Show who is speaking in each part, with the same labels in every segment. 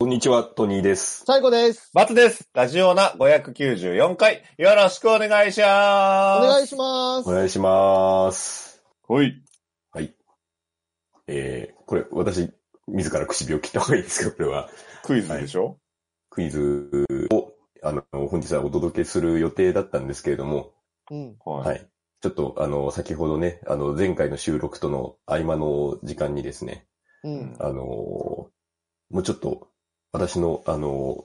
Speaker 1: にちは、トニーです。
Speaker 2: 最後です。
Speaker 3: バツです。ラジオナ594回、よろしくお願いし
Speaker 2: お
Speaker 3: ま
Speaker 2: 願
Speaker 3: す。
Speaker 2: いします
Speaker 1: お。願いします。
Speaker 3: お願い。
Speaker 1: えー、これ、私、自ら唇を切った方がいいですかこれ は。
Speaker 3: クイズでしょ、
Speaker 1: クイズを、あの、本日はお届けする予定だったんですけれども、
Speaker 2: うん。
Speaker 3: はい
Speaker 1: はい。ちょっと、あの、先ほどね、あの、前回の収録との合間の時間にですね、
Speaker 2: うん。
Speaker 1: あのーもうちょっと、私の、あのー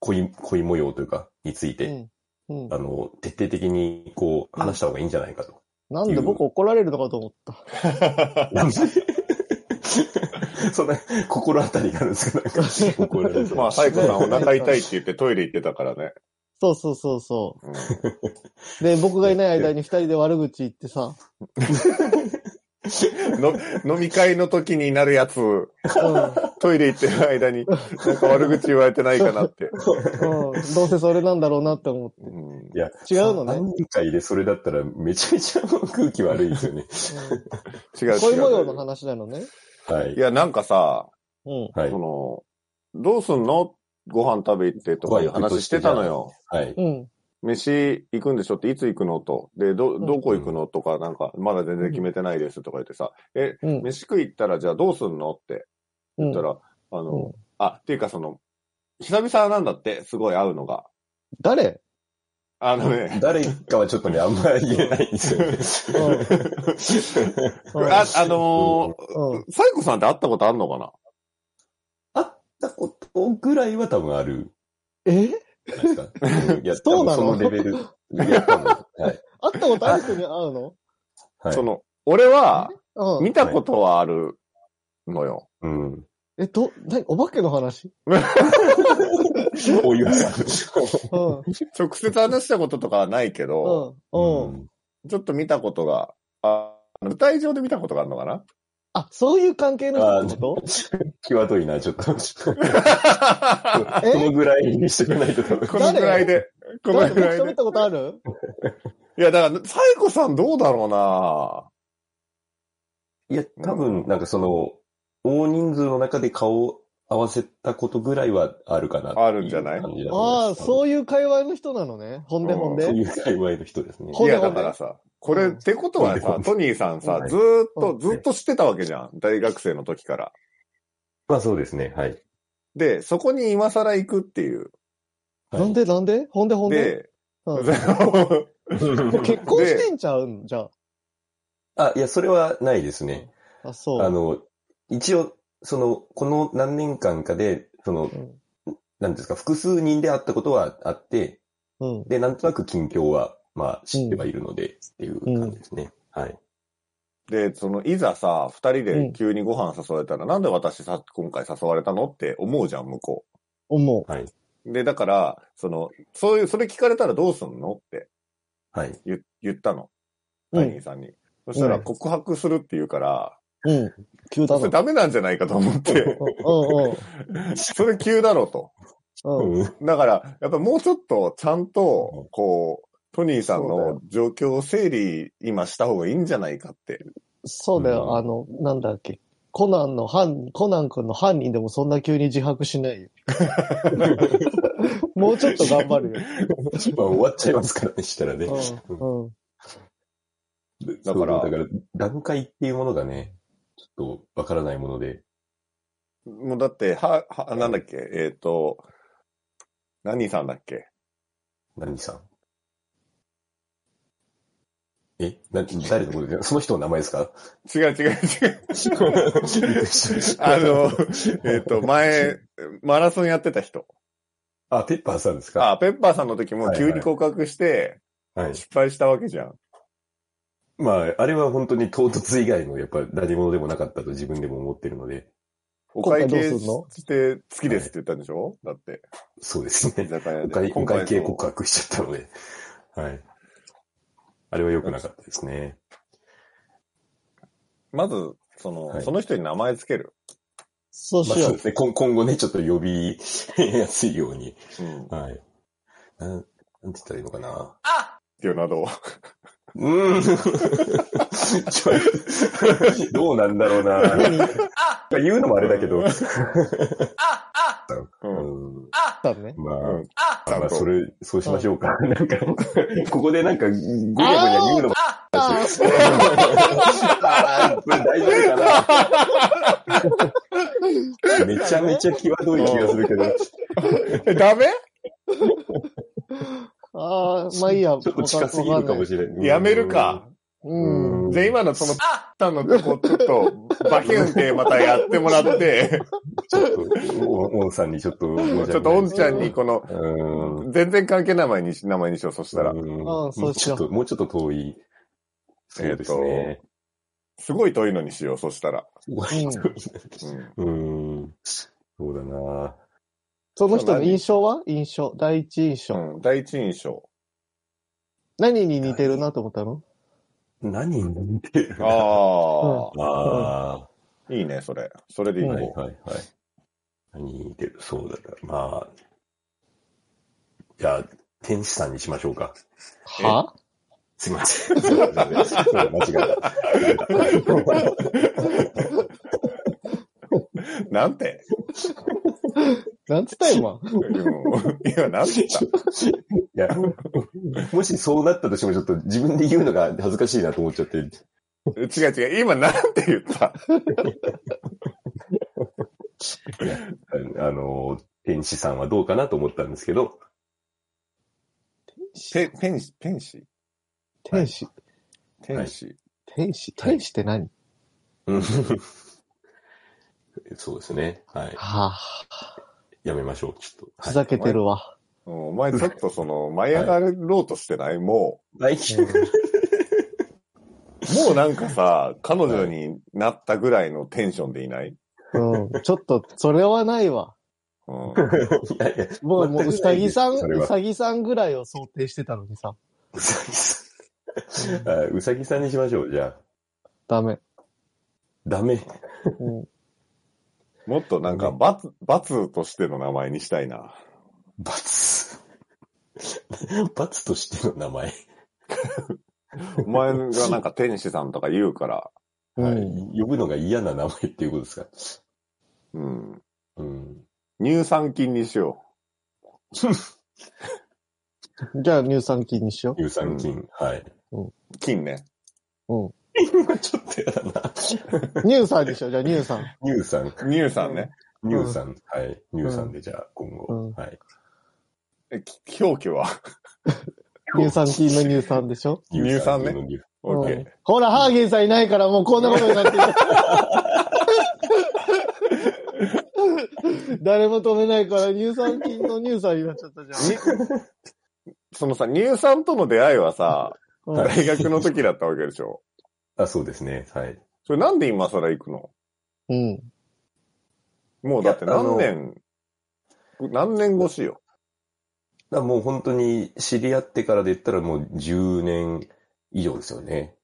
Speaker 1: 恋、恋模様というか、について、
Speaker 2: うん。
Speaker 1: あの、徹底的に、こう、話した方がいいんじゃないかと。
Speaker 2: なんで僕怒られるのかと思った。
Speaker 1: なんで そんな、心当たりがあるんですかなんか、怒られる
Speaker 3: まあ、サイコさんお腹痛いって言ってトイレ行ってたからね。
Speaker 2: そうそうそうそ
Speaker 3: うん
Speaker 2: う。で、僕がいない間に二人で悪口言って さ。
Speaker 3: の飲 み会の時になるやつ、
Speaker 2: う
Speaker 3: トイレ行ってる間に、なんか悪口言われてないかなって。
Speaker 2: ん。うん。どうせそれなんだろうなって思っ
Speaker 3: うん
Speaker 1: いや、
Speaker 2: 違うのね
Speaker 1: 3人会でそれだったら、めちゃめちゃ空気悪いですよね。
Speaker 2: て。
Speaker 3: 違う
Speaker 2: うん。
Speaker 3: 違
Speaker 2: 恋模様の
Speaker 3: う。
Speaker 2: 話なのね。
Speaker 1: はい
Speaker 3: い。や、なんかさ、
Speaker 2: うん。
Speaker 1: はい
Speaker 3: そ。の、どうすんのご飯食べ行ってとかいう話してたのよ。
Speaker 1: はい。
Speaker 2: うん。
Speaker 3: 飯行くんでしょって、いつ行くのと。で、ど、どこ行くのとか、なんか、まだ全然決めてないですとか言ってさ、え、
Speaker 2: うん。
Speaker 3: 飯食い行ったらじゃあどうすんのって
Speaker 2: う
Speaker 3: 言った
Speaker 2: ん。
Speaker 3: ら、あ
Speaker 2: う
Speaker 3: の、あ、っていうかその、久々なんだって、すごい会うのが。
Speaker 2: 誰
Speaker 3: あのね、
Speaker 1: 誰かはちょっとね、あんまり言えないんですよね。
Speaker 2: うん
Speaker 3: あ、あの
Speaker 2: うん。うん
Speaker 3: ー、サイコさんって会ったことあんのかな
Speaker 1: 会ったことぐらいは多分ある
Speaker 2: え
Speaker 1: じゃないですか。うんいや、
Speaker 2: そうなの
Speaker 1: 多分そのレベル。いや、多分。はい。
Speaker 2: 会ったことある人に会うの
Speaker 1: はい。
Speaker 3: その、俺は、
Speaker 2: うん。
Speaker 3: 見たことはあるのよ。
Speaker 1: うん。
Speaker 2: え、ど、なにお化けの話
Speaker 1: こういうさ。
Speaker 2: うん。うん。
Speaker 3: 直接話したこととかはないけ
Speaker 2: う
Speaker 3: ど、
Speaker 2: ん。うん。
Speaker 3: ちょっと見たことが、あ舞台上で見たことがあるのかな
Speaker 2: あ、そういう関係の人ってこと
Speaker 1: 際どいな、ちょっと。そ
Speaker 2: え
Speaker 1: のぐらいにしてくれないと。
Speaker 3: このぐらいで、この
Speaker 2: 誰
Speaker 3: ぐ
Speaker 2: か僕
Speaker 3: らい
Speaker 2: 喋っ
Speaker 3: で。
Speaker 2: たことある
Speaker 3: いや、だから、サイコさんどうだろうない
Speaker 1: や、多分、なんかその、大人数の中で顔を合わせたことぐらいはあるかな。
Speaker 3: あるんじゃない
Speaker 2: ああ、
Speaker 1: う
Speaker 2: そういう会話の人なのね。ほんで
Speaker 3: うん
Speaker 2: ほん
Speaker 1: いう。そう
Speaker 2: で。
Speaker 1: いう界隈の人ですね。
Speaker 2: ほん
Speaker 3: い
Speaker 2: で
Speaker 3: や、
Speaker 2: ほ
Speaker 3: だ
Speaker 2: んで
Speaker 3: からさ、これ、
Speaker 2: うん
Speaker 3: ってことは
Speaker 1: ほん
Speaker 3: さ
Speaker 1: で、
Speaker 3: トニーさんさ
Speaker 1: は、い
Speaker 3: ずーっ
Speaker 2: う
Speaker 3: と、
Speaker 2: ん
Speaker 3: ずーっと知ってたわけじゃん。大学生の時から。
Speaker 1: まあそうですね、はい。
Speaker 3: で、そこに今更行くっていう。
Speaker 1: はい
Speaker 2: なんでなんでほんでほんで。
Speaker 3: で、
Speaker 2: うんもう
Speaker 1: 結
Speaker 2: 結婚してんちゃうんじゃ
Speaker 1: あ、いや、それはないですね。
Speaker 2: あ。あ、そう。
Speaker 1: あの、一応、その、この何年間かで、その
Speaker 2: う、ん。
Speaker 1: なんですか、複数人で会ったことはあって、
Speaker 2: うん。
Speaker 1: で、なんとなく近況は、まあ、知ってはいるので、っていう感じですね。はい。
Speaker 3: で、その、いざさ、二人で急にご飯誘われたら、なんで私さ、今回誘われたのって思うじゃん、向こ
Speaker 2: 思
Speaker 1: はい。
Speaker 3: う。で、だから、その、そういう、それ聞かれたらどうすんのって
Speaker 1: はい。
Speaker 3: 言言ったの。
Speaker 2: う。う
Speaker 3: トニー
Speaker 2: ん。
Speaker 3: さんに。そしたら、
Speaker 2: うん
Speaker 3: 告白するって言うから、
Speaker 2: うん。急だ
Speaker 3: そ
Speaker 2: な。
Speaker 3: れダメなんじゃないかと思って。
Speaker 2: うんうん
Speaker 3: それ急だろうと。
Speaker 2: うん。
Speaker 1: うん
Speaker 3: だから、やっぱもうちょっとちゃんと、こう、トニーさん
Speaker 2: そうだ
Speaker 3: の状況を整理今した方がいいんじゃないかって。
Speaker 2: そうだ
Speaker 1: うん
Speaker 2: よ。あの、なんだっけ。コナンの犯、コナン君の犯人でもそんな急に自白 しないよ。もうちょっと頑張る
Speaker 1: まあ、終わっちゃいますからね、したらね。
Speaker 2: よ。うん。うん。
Speaker 1: だ
Speaker 3: だ
Speaker 1: か、
Speaker 3: からら
Speaker 1: だから段階っていうものがね、ちょっとわからないもので。
Speaker 3: もうだって、は、は、なんだっけ、えっ、と、何さんだっけ
Speaker 1: 何さんえな誰のことですかその人の名前です か
Speaker 3: 違う違う違う。あ
Speaker 1: あ
Speaker 3: の、えっ、と、 前、マラソンやってた人。
Speaker 1: あ、ペッパーさんですか
Speaker 3: あ、ペッパーさんの時も急に告白して、
Speaker 1: はい。
Speaker 3: 失敗したわけじゃん。
Speaker 1: まあ、あれは本当に唐突以外の、やっぱ何者でもなかったと自分でも思ってるので、
Speaker 3: お
Speaker 2: 今
Speaker 3: 会
Speaker 2: 回どう
Speaker 3: 計
Speaker 2: すんの
Speaker 3: して、好きですって言ったんでしょ、だって、
Speaker 1: そうです
Speaker 3: 居
Speaker 1: ね。
Speaker 3: 酒屋
Speaker 1: お
Speaker 3: で。
Speaker 1: 会お会計
Speaker 3: そう
Speaker 1: 告白しちゃったので、はい。あれは良くなかったですね。
Speaker 3: まず、その、
Speaker 1: はい
Speaker 3: その人に名前つける。
Speaker 2: そう
Speaker 1: まあ
Speaker 2: しよ
Speaker 1: そう
Speaker 2: う
Speaker 1: で。すね。今今後ね、ちょっと呼びやすいように。
Speaker 3: うん。っ
Speaker 1: はい。なん、なんて言ったらいいのかな。
Speaker 3: ていうなどを。
Speaker 1: うーん。ちょいどうなんだろうな。
Speaker 2: 何言っ
Speaker 1: 言うのもあれだけど。う
Speaker 3: うん。
Speaker 1: ん
Speaker 2: たのね。
Speaker 1: まあ、
Speaker 3: うん
Speaker 1: あまあそれ、そうしましょうか。なんか、ここでなんか、ごにゃごにゃ言うのも
Speaker 2: あ
Speaker 1: あーこれ大丈夫かな。めちゃめちゃ際どい気がするけど、
Speaker 3: え、 ダメ
Speaker 2: あー、まあいいや。
Speaker 1: ちょっと近すぎるかもしれない。
Speaker 3: やめるか。
Speaker 2: うん。
Speaker 1: うん
Speaker 3: じゃあ今のその、たのとこ、ちょっと、馬券運転またやってもらって、
Speaker 1: ちょっと、おおんさんにちょっと、
Speaker 3: ちょ
Speaker 1: も
Speaker 3: っ
Speaker 1: うじ
Speaker 3: とおんちゃん
Speaker 1: う
Speaker 3: にこの、
Speaker 1: ーん。
Speaker 3: 全然関係ない名前にし、名前にしよう、そしたら
Speaker 1: う。ん
Speaker 2: ああそうし
Speaker 1: ち
Speaker 2: よ
Speaker 1: ょ
Speaker 2: う
Speaker 1: っと、もうちょっと遠い。そうですね。
Speaker 3: すごい遠いのにしよう、そしたら。
Speaker 1: うーん。そうだな
Speaker 2: その人の印象は印象。第一印
Speaker 3: う
Speaker 2: 象。
Speaker 3: ん。うん第一印 象。
Speaker 2: 何に似てるなと思ったの
Speaker 1: 何に似てる
Speaker 3: あ
Speaker 1: ああ、はい
Speaker 3: あ、いいね、それ。それでいい
Speaker 1: はい
Speaker 3: こ
Speaker 1: はい。何に似てるそうだな。まあ。じゃあ、天使さんにしましょうか。
Speaker 3: え
Speaker 2: は
Speaker 1: すいません。 すいません間違えた。
Speaker 3: う。なんて
Speaker 2: なんつった今。
Speaker 3: うんいや、なんて言った
Speaker 1: いや、もしそうなったとしてもちょっと自分で言うのが恥ずかしいなと思っちゃって。
Speaker 3: 違う違う、今なんて言った
Speaker 1: あの、天使さんはどうかなと思ったんですけど、
Speaker 3: ペ、ペンシ、ペンシ
Speaker 2: 天使。天
Speaker 3: 天使。
Speaker 2: 使
Speaker 1: はい
Speaker 2: 天使って何
Speaker 1: うん そうですね。はい。
Speaker 2: は
Speaker 1: やめましょう、ちょっと。
Speaker 2: あ、ふざけてるわ。
Speaker 3: うんお前ちょっとその、舞い上がろうとしてないも
Speaker 1: はい。
Speaker 3: う、もうなんかさ、彼女になったぐらいのテンションでいない
Speaker 2: うん。ちょっと、それはないわ。
Speaker 3: うん。
Speaker 1: いやいや、
Speaker 2: もう、もう、うさぎさん、
Speaker 1: それは
Speaker 2: うさぎさんぐらいを想定してたのにさ。
Speaker 1: うさぎさん。あうさぎさんにしましょう、じゃあ。
Speaker 2: ダメ。
Speaker 1: ダメ。
Speaker 2: うん。
Speaker 3: もっとなんか、罰、罰としての名前にしたいな。
Speaker 1: 罰。罰としての名前。
Speaker 3: お前がなんか天使さんとか言うから、
Speaker 1: は
Speaker 2: うん
Speaker 1: い。呼ぶのが嫌な名前っていうことですか。
Speaker 3: うん。
Speaker 1: うん。
Speaker 3: 乳酸菌にしよ
Speaker 2: じゃあ、乳酸菌にしよ
Speaker 1: 乳酸菌。はい。
Speaker 3: う。菌ね。
Speaker 2: う。うん。
Speaker 1: 今ちょっとやだな。
Speaker 2: 乳酸にしよう。じゃあ、乳酸。
Speaker 1: 乳酸。
Speaker 3: 乳酸ね。
Speaker 1: 乳酸。はい。乳酸で、じゃあ、今
Speaker 2: うん
Speaker 1: 後。はい。
Speaker 3: え、き表記は
Speaker 2: 乳酸菌の乳酸でしょ
Speaker 3: 乳酸ね
Speaker 1: の乳。
Speaker 2: う
Speaker 3: ?OK。
Speaker 2: ん。ほら、ハーゲンさんいないから、もうこんなことに なってる。誰も止めないから、乳酸菌の乳酸になっちゃったじゃん。
Speaker 3: そのさ、乳酸との出会いはさ、
Speaker 1: は
Speaker 2: うん
Speaker 1: い
Speaker 3: 大学の時だったわけでしょ。
Speaker 1: あ、そうですね。はい。
Speaker 3: それなんで今更行くの
Speaker 2: うん。
Speaker 3: もうだって
Speaker 1: いやあの
Speaker 3: 何年、何年越しよ。
Speaker 1: だからもう本当に知り合ってからで言ったらもう10年以上ですよね。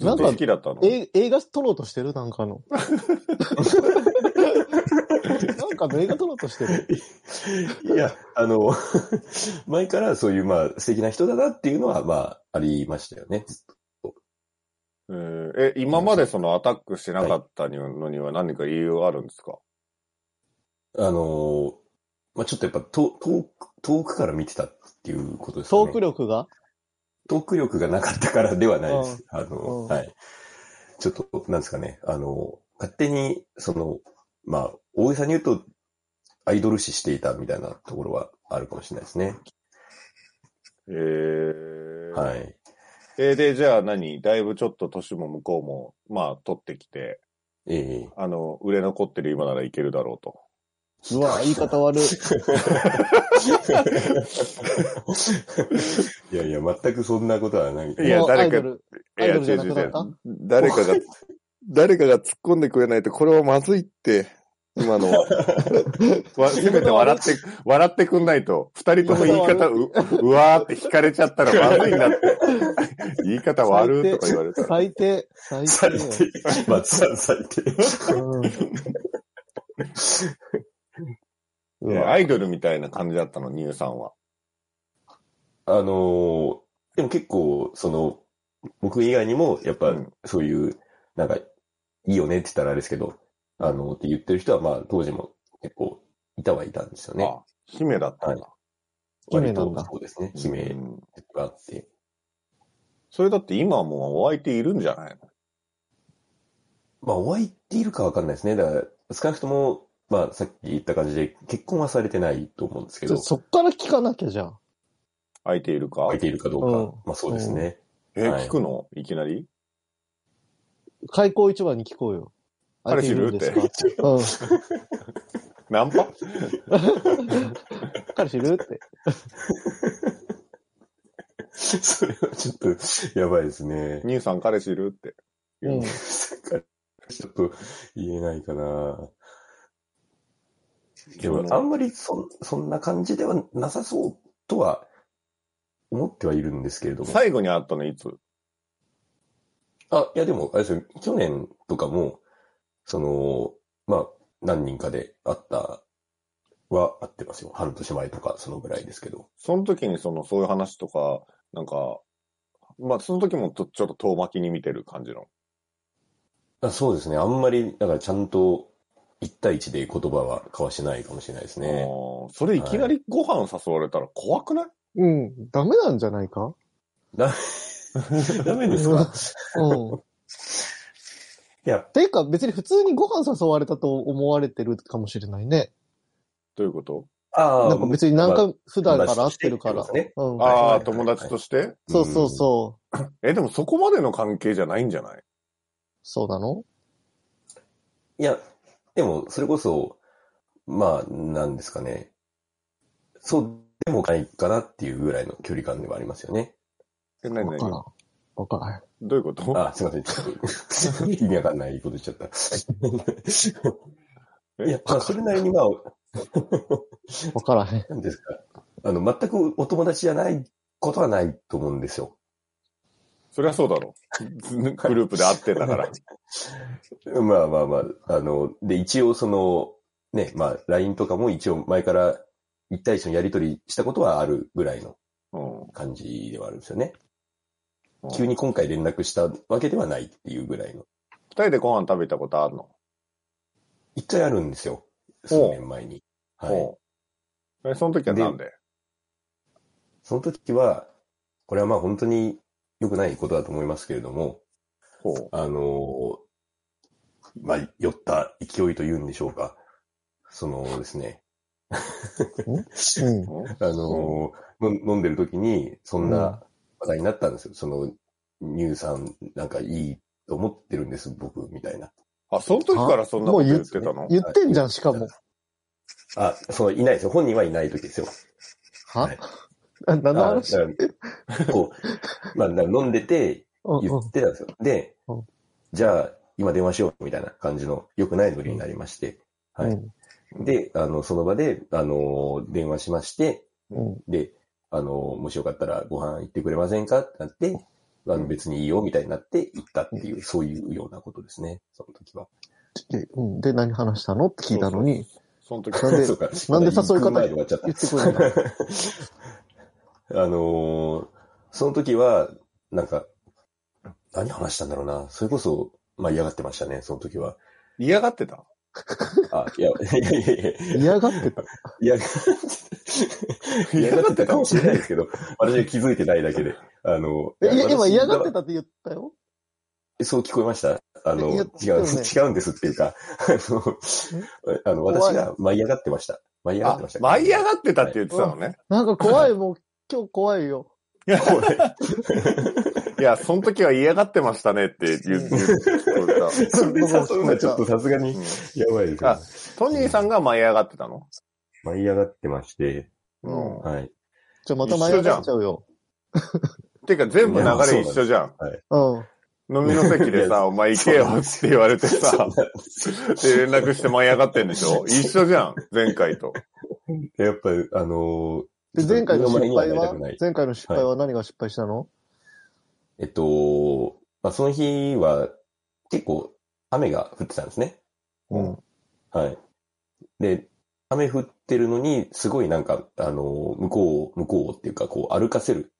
Speaker 3: ずっ
Speaker 2: なん
Speaker 3: と
Speaker 2: か
Speaker 3: 好きだったの。
Speaker 2: え映画撮ろうとしてるなんか の。なんかの映画撮ろうとしてる。
Speaker 1: いや、あ の、前からそういうまあ素敵な人だなっていうのはまあありましたよね。
Speaker 3: えーえ、今までそのアタックしなかったにはのには何か理由があるんですか
Speaker 1: あの、まあちょっとやっぱと遠く遠くから見てたっていうことですかね。
Speaker 2: トーク力が
Speaker 1: トーク力がなかったからではないです。あ
Speaker 2: う
Speaker 1: の、
Speaker 2: ん
Speaker 1: はい。ちょっと、なんですかね。あの、勝手に、その、まあ、大げさに言うと、アイドル視していたみたいなところはあるかもしれないですね。
Speaker 3: えー、。
Speaker 1: はいい。
Speaker 3: えーで、じゃあ何だいぶちょっと年も向こうも、まあ、取ってきて、
Speaker 1: ええ
Speaker 3: あの、売れ残ってる今ならいけるだろうと。
Speaker 2: うわ、言い方悪い。
Speaker 1: いやいや、全くそんなことはない。
Speaker 3: いや
Speaker 2: もう
Speaker 3: 誰か
Speaker 2: アイドルアイドルじゃなくなった
Speaker 3: いや違う違う誰 かが、誰かが突っ込んでくれないと、これはまずいって、今 のは。わせめて笑って、笑ってくんないと、二人とも言い方、う、 うわーって惹かれちゃったらまずいなって。言い方悪いとか言われたら。
Speaker 2: 最低。最低。
Speaker 1: 最
Speaker 2: 最低よ。
Speaker 1: 低。 松さん最低。
Speaker 2: うんう
Speaker 3: いや
Speaker 2: わ
Speaker 3: アイドルみたいな感じだったの、ニューさんは。
Speaker 1: あのでも結構、その、僕以外にも、やっ
Speaker 3: う
Speaker 1: ぱ
Speaker 3: ん、
Speaker 1: そういう、なんか、いいよねって言ったらあれですけど、あの、って言ってる人は、まあ、当時も結構、いたはいたんですよね。
Speaker 3: あ、姫だったんだ。
Speaker 2: 姫
Speaker 1: 割
Speaker 2: なん
Speaker 1: と
Speaker 2: だ。
Speaker 1: そうですね。
Speaker 3: う
Speaker 1: 姫
Speaker 3: ん
Speaker 1: があって。
Speaker 3: それだって今はもうお相手いるんじゃない
Speaker 1: まあ、お会いっているかわかんないですね。だから、少なくとも、まあ、さっき言った感じで、結婚はされてないと思うんですけ
Speaker 2: ちょ
Speaker 1: ど、
Speaker 2: そっから聞かなきゃじゃん。
Speaker 3: 相手いるか
Speaker 1: 会えているかどうか、
Speaker 2: うん
Speaker 1: まあそうですね。
Speaker 3: え、
Speaker 1: はい
Speaker 3: 聞くのいきなり
Speaker 2: 開口一番に聞こうよ。
Speaker 3: 彼氏いる
Speaker 2: 相手いんですかうん。
Speaker 3: ナ ンパ
Speaker 2: 彼氏いるって。
Speaker 1: それはちょっと、やばいですね。
Speaker 3: 兄さん彼氏いるって。
Speaker 2: うん。
Speaker 1: ちょっと言えないかな。で
Speaker 3: そ
Speaker 1: も、
Speaker 3: の
Speaker 1: あんまりそ、そんな感じではなさそうとは、思ってはいるんですけれども。
Speaker 3: 最後に会ったのいつ
Speaker 1: あ、いやでも、あれですよ、去年とかも、その、まあ、何人かで会ったは会ってますよ。半年前とか、そのぐらいですけど。
Speaker 3: その時にその、そういう話とか、なんか、まあ、その時もちょちょっと遠巻きに見てる感じの。
Speaker 1: あそうですね。あんまり、だからちゃんと、一対一で言葉は交わしてないかもしれないですね。
Speaker 3: あーそれいきなりご飯誘われたら怖くない、
Speaker 2: うん。ダメなんじゃないか
Speaker 1: ダメですか
Speaker 2: うん。
Speaker 1: いや、
Speaker 2: ていうか別に普通にご飯誘われたと思われてるかもしれないね。
Speaker 3: ということ
Speaker 1: ああ、
Speaker 2: なんか別に何
Speaker 1: まあ
Speaker 2: 回普段から会ってるから。
Speaker 1: 友達としてって
Speaker 2: うん。
Speaker 1: い
Speaker 3: あ
Speaker 1: は
Speaker 3: あ、
Speaker 1: い
Speaker 3: 友達として、
Speaker 2: そうそうそう。
Speaker 3: え、でもそこまでの関係じゃないんじゃない
Speaker 2: そうなの
Speaker 1: いや、でも、それこそ、まあ、なんですかね。そうでもないかなっていうぐらいの距離感ではありますよね。
Speaker 3: え、
Speaker 2: わ
Speaker 3: 何
Speaker 2: から
Speaker 3: 何
Speaker 2: ん。わからん。
Speaker 3: どういうこと
Speaker 1: あ、すいません。ちょっ と、意味わかんないこと言っちゃった。いや、まあ、それなりにまあ、
Speaker 2: わからへん。
Speaker 1: なんですか。あの、全くお友達じゃないことはないと思うんですよ。
Speaker 3: そりゃそう だろ。グループで会ってたから。
Speaker 1: まあまあまあ、あの、で、一応その、ね、まあ、LINE とかも一応前から一対一のやりとりしたことはあるぐらいの
Speaker 3: うん
Speaker 1: 感じではあるんですよね。
Speaker 3: うん
Speaker 1: 急に今回連絡したわけではないっていうぐらいの。
Speaker 3: 二人でご飯食べたことあるの、
Speaker 1: 一回あるんですよ。数年前に。はい。
Speaker 3: い、えその時はなんで
Speaker 1: その時は、これはまあ本当に良くないことだと思いますけれども、
Speaker 3: ほう
Speaker 1: あの、まあ、酔った勢いというんでしょうか。そのですね、
Speaker 2: うん。
Speaker 3: うん
Speaker 1: あのーの飲んでる時に、そん
Speaker 2: うん
Speaker 1: な話題になったんですよ。その、乳酸なんかいいと思ってるんです、僕、みたいな。
Speaker 3: あ、その時からそんなこと言ってたの
Speaker 2: 言ってんじゃん、しかも。
Speaker 1: あ、そう、いないですよ。本人はいない時ですよ。
Speaker 2: は
Speaker 1: はい
Speaker 2: あ何の
Speaker 1: あ
Speaker 2: 話
Speaker 1: だからこう、まあ、だから飲んでて
Speaker 2: うん
Speaker 1: 言
Speaker 2: うん
Speaker 1: ってたんですよ。で
Speaker 2: うん、
Speaker 1: じゃあ、今電話しよう、みたいな感じの、良くないノリになりまして。は
Speaker 2: う
Speaker 1: い。
Speaker 2: ん
Speaker 1: で、あの、その場で、あのー電話しまして、
Speaker 2: うん。
Speaker 1: で、あの、もしよかったらご飯行ってくれませんかってなって、あの別にいいよみたいになって行ったっていう、そういうようなことですね、その時は。
Speaker 2: でうんで、何話したのって聞いたのに、
Speaker 3: その時
Speaker 2: なんで
Speaker 1: そうか
Speaker 2: なんで誘い方
Speaker 1: 行く前で終わっちゃっ
Speaker 2: 言ってくれない。
Speaker 1: た。あのーその時は、なんか、何話したんだろうな。それこそ、まあ嫌がってましたね、その時は。
Speaker 3: 嫌がってた
Speaker 1: あ、いや、いやいやいや
Speaker 2: 嫌がってた。
Speaker 1: 嫌が 嫌がってたかもしれないですけど、 私は気づいてないだけで。あの、
Speaker 2: えいや、今
Speaker 1: 私
Speaker 2: 嫌がってたって言ったよ。
Speaker 1: そう聞こえましたあの、
Speaker 2: い
Speaker 1: 違
Speaker 2: や
Speaker 1: う、
Speaker 2: でもね
Speaker 1: 違うんですっていうか、あの、あの私が舞い上がってました。舞い上がっ
Speaker 3: あ
Speaker 1: てました。
Speaker 3: 舞い上がってたって言ってたのね。
Speaker 2: なんか怖い、もう今日怖いよ。
Speaker 1: が
Speaker 3: いや、その時は嫌がってましたねって言って た。
Speaker 1: それ誘うのはちょっとさすが
Speaker 3: う
Speaker 1: に、
Speaker 3: ん
Speaker 1: やばいです
Speaker 3: あ
Speaker 1: ね。
Speaker 3: トニーさんが舞い上がってたの
Speaker 1: 舞い上がってまして、
Speaker 2: うん
Speaker 1: はい。
Speaker 2: じゃあまた前になっちゃうよ。
Speaker 3: ていうか全部流れ一緒じゃん。
Speaker 2: うん。
Speaker 3: 飲みの席でさ、お前行けよって言われてさ、で連絡して舞い上がってん でしょ一緒じゃん、前回と。
Speaker 1: やっぱ、あの
Speaker 2: で、前回の
Speaker 1: ちょっと
Speaker 2: 失敗
Speaker 1: 二の舞にはなりた
Speaker 2: は
Speaker 1: くない
Speaker 2: 前回の失敗は何が失敗したの
Speaker 1: えっと、まあ、その日は結構雨が降ってたんですね。
Speaker 2: うん。
Speaker 1: はい。で、雨降ってるのに、すごいなんか、あの、向こうを、向こうをっていうか、こう、歩かせる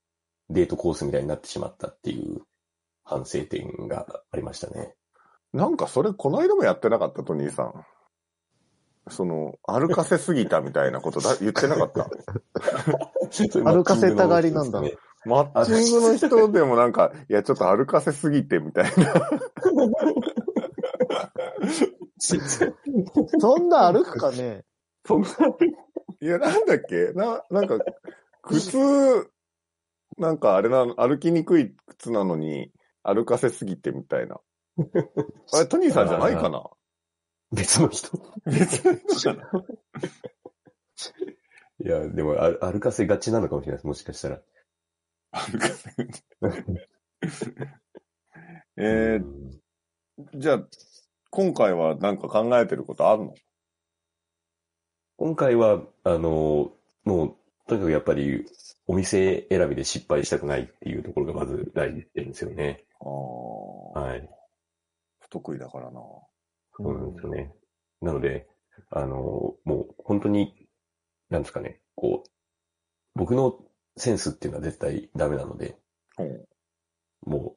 Speaker 1: デートコースみたいになってしまったっていう反省点がありましたね。
Speaker 3: なんかそれ、この間もやってなかった、トニーさん。その、歩かせすぎたみたいなこ とだ言ってなかった。
Speaker 2: 歩かせたがりなんだ
Speaker 1: それ
Speaker 3: マッチングの人でもなんか、いや、ちょっと歩かせすぎてみたいな。
Speaker 1: マッチングの大きさですね。
Speaker 2: そんな歩くかね
Speaker 1: そんない
Speaker 3: や、なんだっけな、なんか、靴、なんかあれな、歩きにくい靴なのに、歩かせすぎてみた いな。あれ、トニーさんじゃないかな
Speaker 1: 別の人。
Speaker 3: 別の人かない
Speaker 1: や、でも、あ歩かせがちなのかもしれないです。もしかしたら。
Speaker 3: 歩かせえー、
Speaker 1: うん
Speaker 3: じゃあ、今回はなんか考えてることあるの
Speaker 1: 今回は、あの、もう、とにかくやっぱり、お店選びで失敗したくないっていうところがまず大事点ですよね。
Speaker 3: ああ、
Speaker 1: はい。
Speaker 3: 不得意だからな。
Speaker 1: そうなんですよね。なので、あの、もう本当に、なんですかね、こう、僕のセンスっていうのは絶対ダメなので、
Speaker 3: うん
Speaker 1: もう、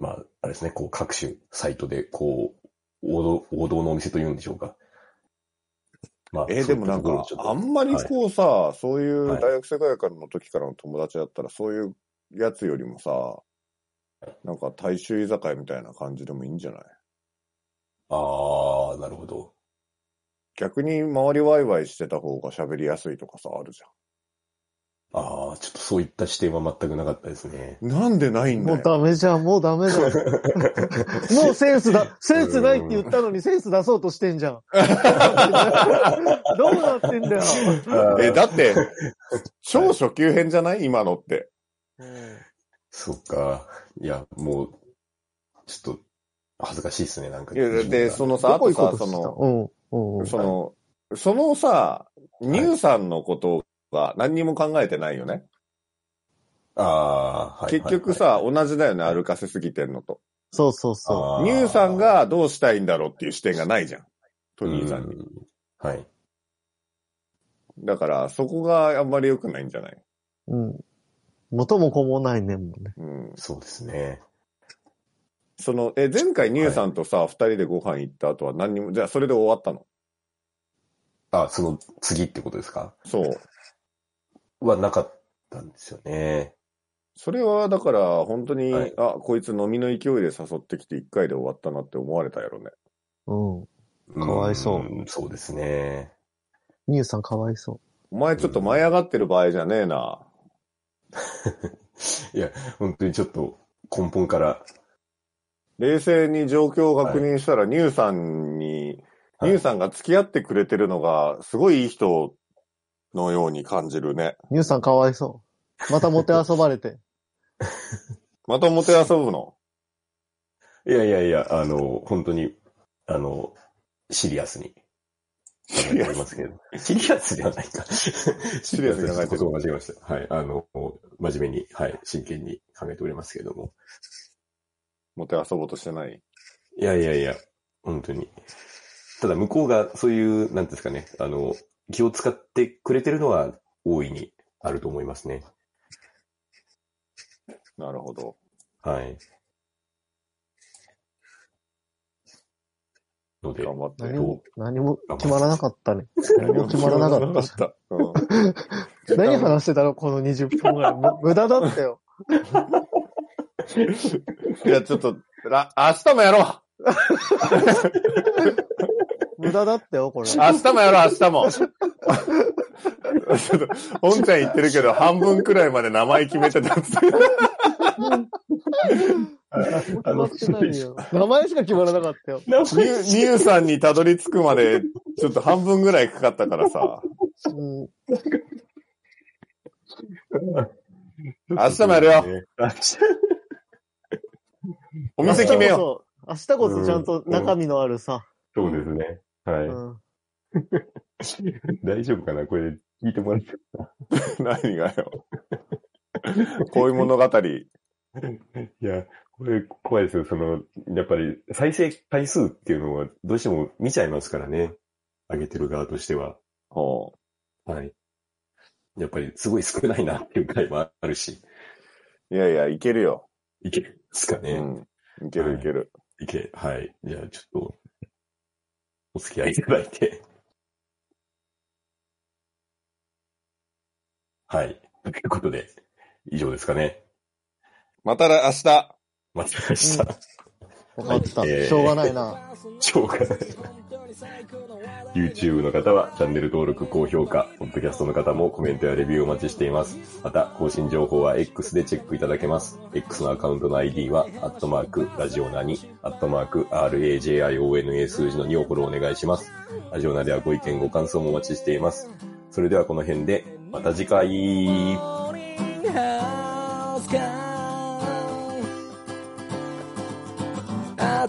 Speaker 1: まあ、あれですね、こう各種サイトで、こう、王道王道のお店というんでしょうか。まあ
Speaker 3: えーでもなんか、あんまりこうさ、そういう大学生涯からの時からの友達だったら、そういうやつよりもさ、なんか大衆居酒屋みたいな感じでもいいんじゃない
Speaker 1: ああー、なるほど。
Speaker 3: 逆に周りワイワイしてた方が喋りやすいとかさ、あるじ
Speaker 1: ああ、ちょっとそういった視点は全くなかったです ね。
Speaker 3: ゃん。なんでないんだ
Speaker 2: もう
Speaker 3: よ。
Speaker 2: ダメじゃん、もうダメじゃん。も うセンスだ、センスないって言ったのにセンス出そうとしてんじゃん。どうなってんだよ。
Speaker 3: え、だって、超初級編じゃない今のって。
Speaker 1: そっか。いや、もう、ちょっと、恥ずかしいですね、なんか。
Speaker 3: いや、で、そのさ、
Speaker 2: ど
Speaker 3: あ
Speaker 2: こと行こう
Speaker 3: さ、
Speaker 2: とし
Speaker 3: そ
Speaker 2: てた
Speaker 3: の、
Speaker 2: うん。うん。
Speaker 3: その、そのさ、ニューさんのことが何にも考えてないよね。
Speaker 1: ああー、はい。
Speaker 3: 結局
Speaker 1: はい
Speaker 3: さ、同じだよね、歩かせすぎてんのと。
Speaker 2: そうそうそ。
Speaker 1: はい
Speaker 3: ニューさん、がどうしたいんだろうっていう視点がないじゃん。
Speaker 1: あ
Speaker 3: トニーさんに。
Speaker 1: うはい。
Speaker 3: だから、そこがあんまり良くないんじゃないう
Speaker 2: うん。元も子もないね、もうね。
Speaker 3: うん。
Speaker 1: そうですね。
Speaker 3: その、え、前回ニューさんとさ、二、人でご飯行った後は何にも、じゃあそれで終わったの
Speaker 1: あ、その次ってことですか
Speaker 3: そう。
Speaker 1: はなかったんですよね。
Speaker 3: それは、だから、本当に、
Speaker 1: はい
Speaker 3: あ、こいつ飲みの勢いで誘ってきて一回で終わったなって思われたやろね。
Speaker 2: うん。
Speaker 1: か
Speaker 2: わいそう
Speaker 1: そうですね。
Speaker 2: ニューさんかわいそ
Speaker 3: お前ちょっと舞い上がってる場合じゃねえな。
Speaker 1: いや、本当にちょっと根本から、
Speaker 3: 冷静に状況を確認したら、ニューさんに、
Speaker 1: はい
Speaker 3: ニューさんが付き合ってくれてるのが、すごいいい人のように感じるね。
Speaker 2: う。ニューさんかわいそう。またもて遊ばれて。
Speaker 3: またもて遊ぶの。
Speaker 1: いやいやいや、あの、本当に、あの、シリアスに考えておりますけれど。 シリアスではないか。 シ
Speaker 3: リアスに考えてる
Speaker 1: そう、間違えました。はい。あの、真面目に、はい、真剣に考えておりますけれども。
Speaker 3: もて遊ぼうとしてない。
Speaker 1: いやいやいや、本当に。ただ、向こうがそういう、なんていうんですかね、あの、気を使ってくれてるのは大いにあると思いますね。
Speaker 3: なるほど。
Speaker 1: はい。ので、
Speaker 3: 頑張って。
Speaker 2: 何も、何も決まらなかったね。
Speaker 3: 何
Speaker 2: 何も決まらなかった。
Speaker 3: た。 うん
Speaker 2: 何話してたのこの20分ぐらい。 む無駄だったよ。
Speaker 3: いや、ちょっと、ら明日もやろう
Speaker 2: 無駄だったよ、 これ。
Speaker 3: 明日もやろう、明日も。 ちょっと、おんちゃん言ってるけど、半分くらいまで名前決めてたんですよ。
Speaker 2: 決まってないよ。名前しか決まらなかったよ。
Speaker 3: ニュニューさんにたどり着くまで、ちょっと半分ぐらいかかったからさ。
Speaker 2: うん。
Speaker 3: 明日もやるよ。
Speaker 1: 明
Speaker 3: お店決めよ
Speaker 2: よう。明日こそちゃんと中身のあるさ。
Speaker 1: そうですね。はい。
Speaker 2: うん。
Speaker 1: 大丈夫かなこれ聞いてもらって。
Speaker 3: う。何がよ。こういう物語。
Speaker 1: いや、これ怖いですよ。その、やっぱり再生回数っていうのはどうしても見ちゃいますからね。上げてる側としては。
Speaker 3: ほ
Speaker 1: はい。やっぱりすごい少ないなっていう回もあるし。
Speaker 3: いやいや、いけるよ。
Speaker 1: いけるですかね。
Speaker 3: うん。いけ
Speaker 1: は
Speaker 3: る
Speaker 1: い
Speaker 3: いける。
Speaker 1: いけ、はい。じゃあ、ちょっと、お付き合いいただいて。はい。ということで、以上ですかね。
Speaker 3: またら明日
Speaker 1: また明日。
Speaker 2: 分かった。
Speaker 1: はいえー
Speaker 2: しょうがないな。
Speaker 1: しょうがない YouTube の方はチャンネル登録、高評価、ポッドキャストの方もコメントやレビューお待ちしています。また、更新情報は X でチェックいただけます。X のアカウントの ID は、アットマーク、ラジオナに、アットマーク、RAJIONA 数字の2をフォローお願いします。ラジオナではご意見、ご感想もお待ちしています。それではこの辺で、また次回。
Speaker 4: Morning House Call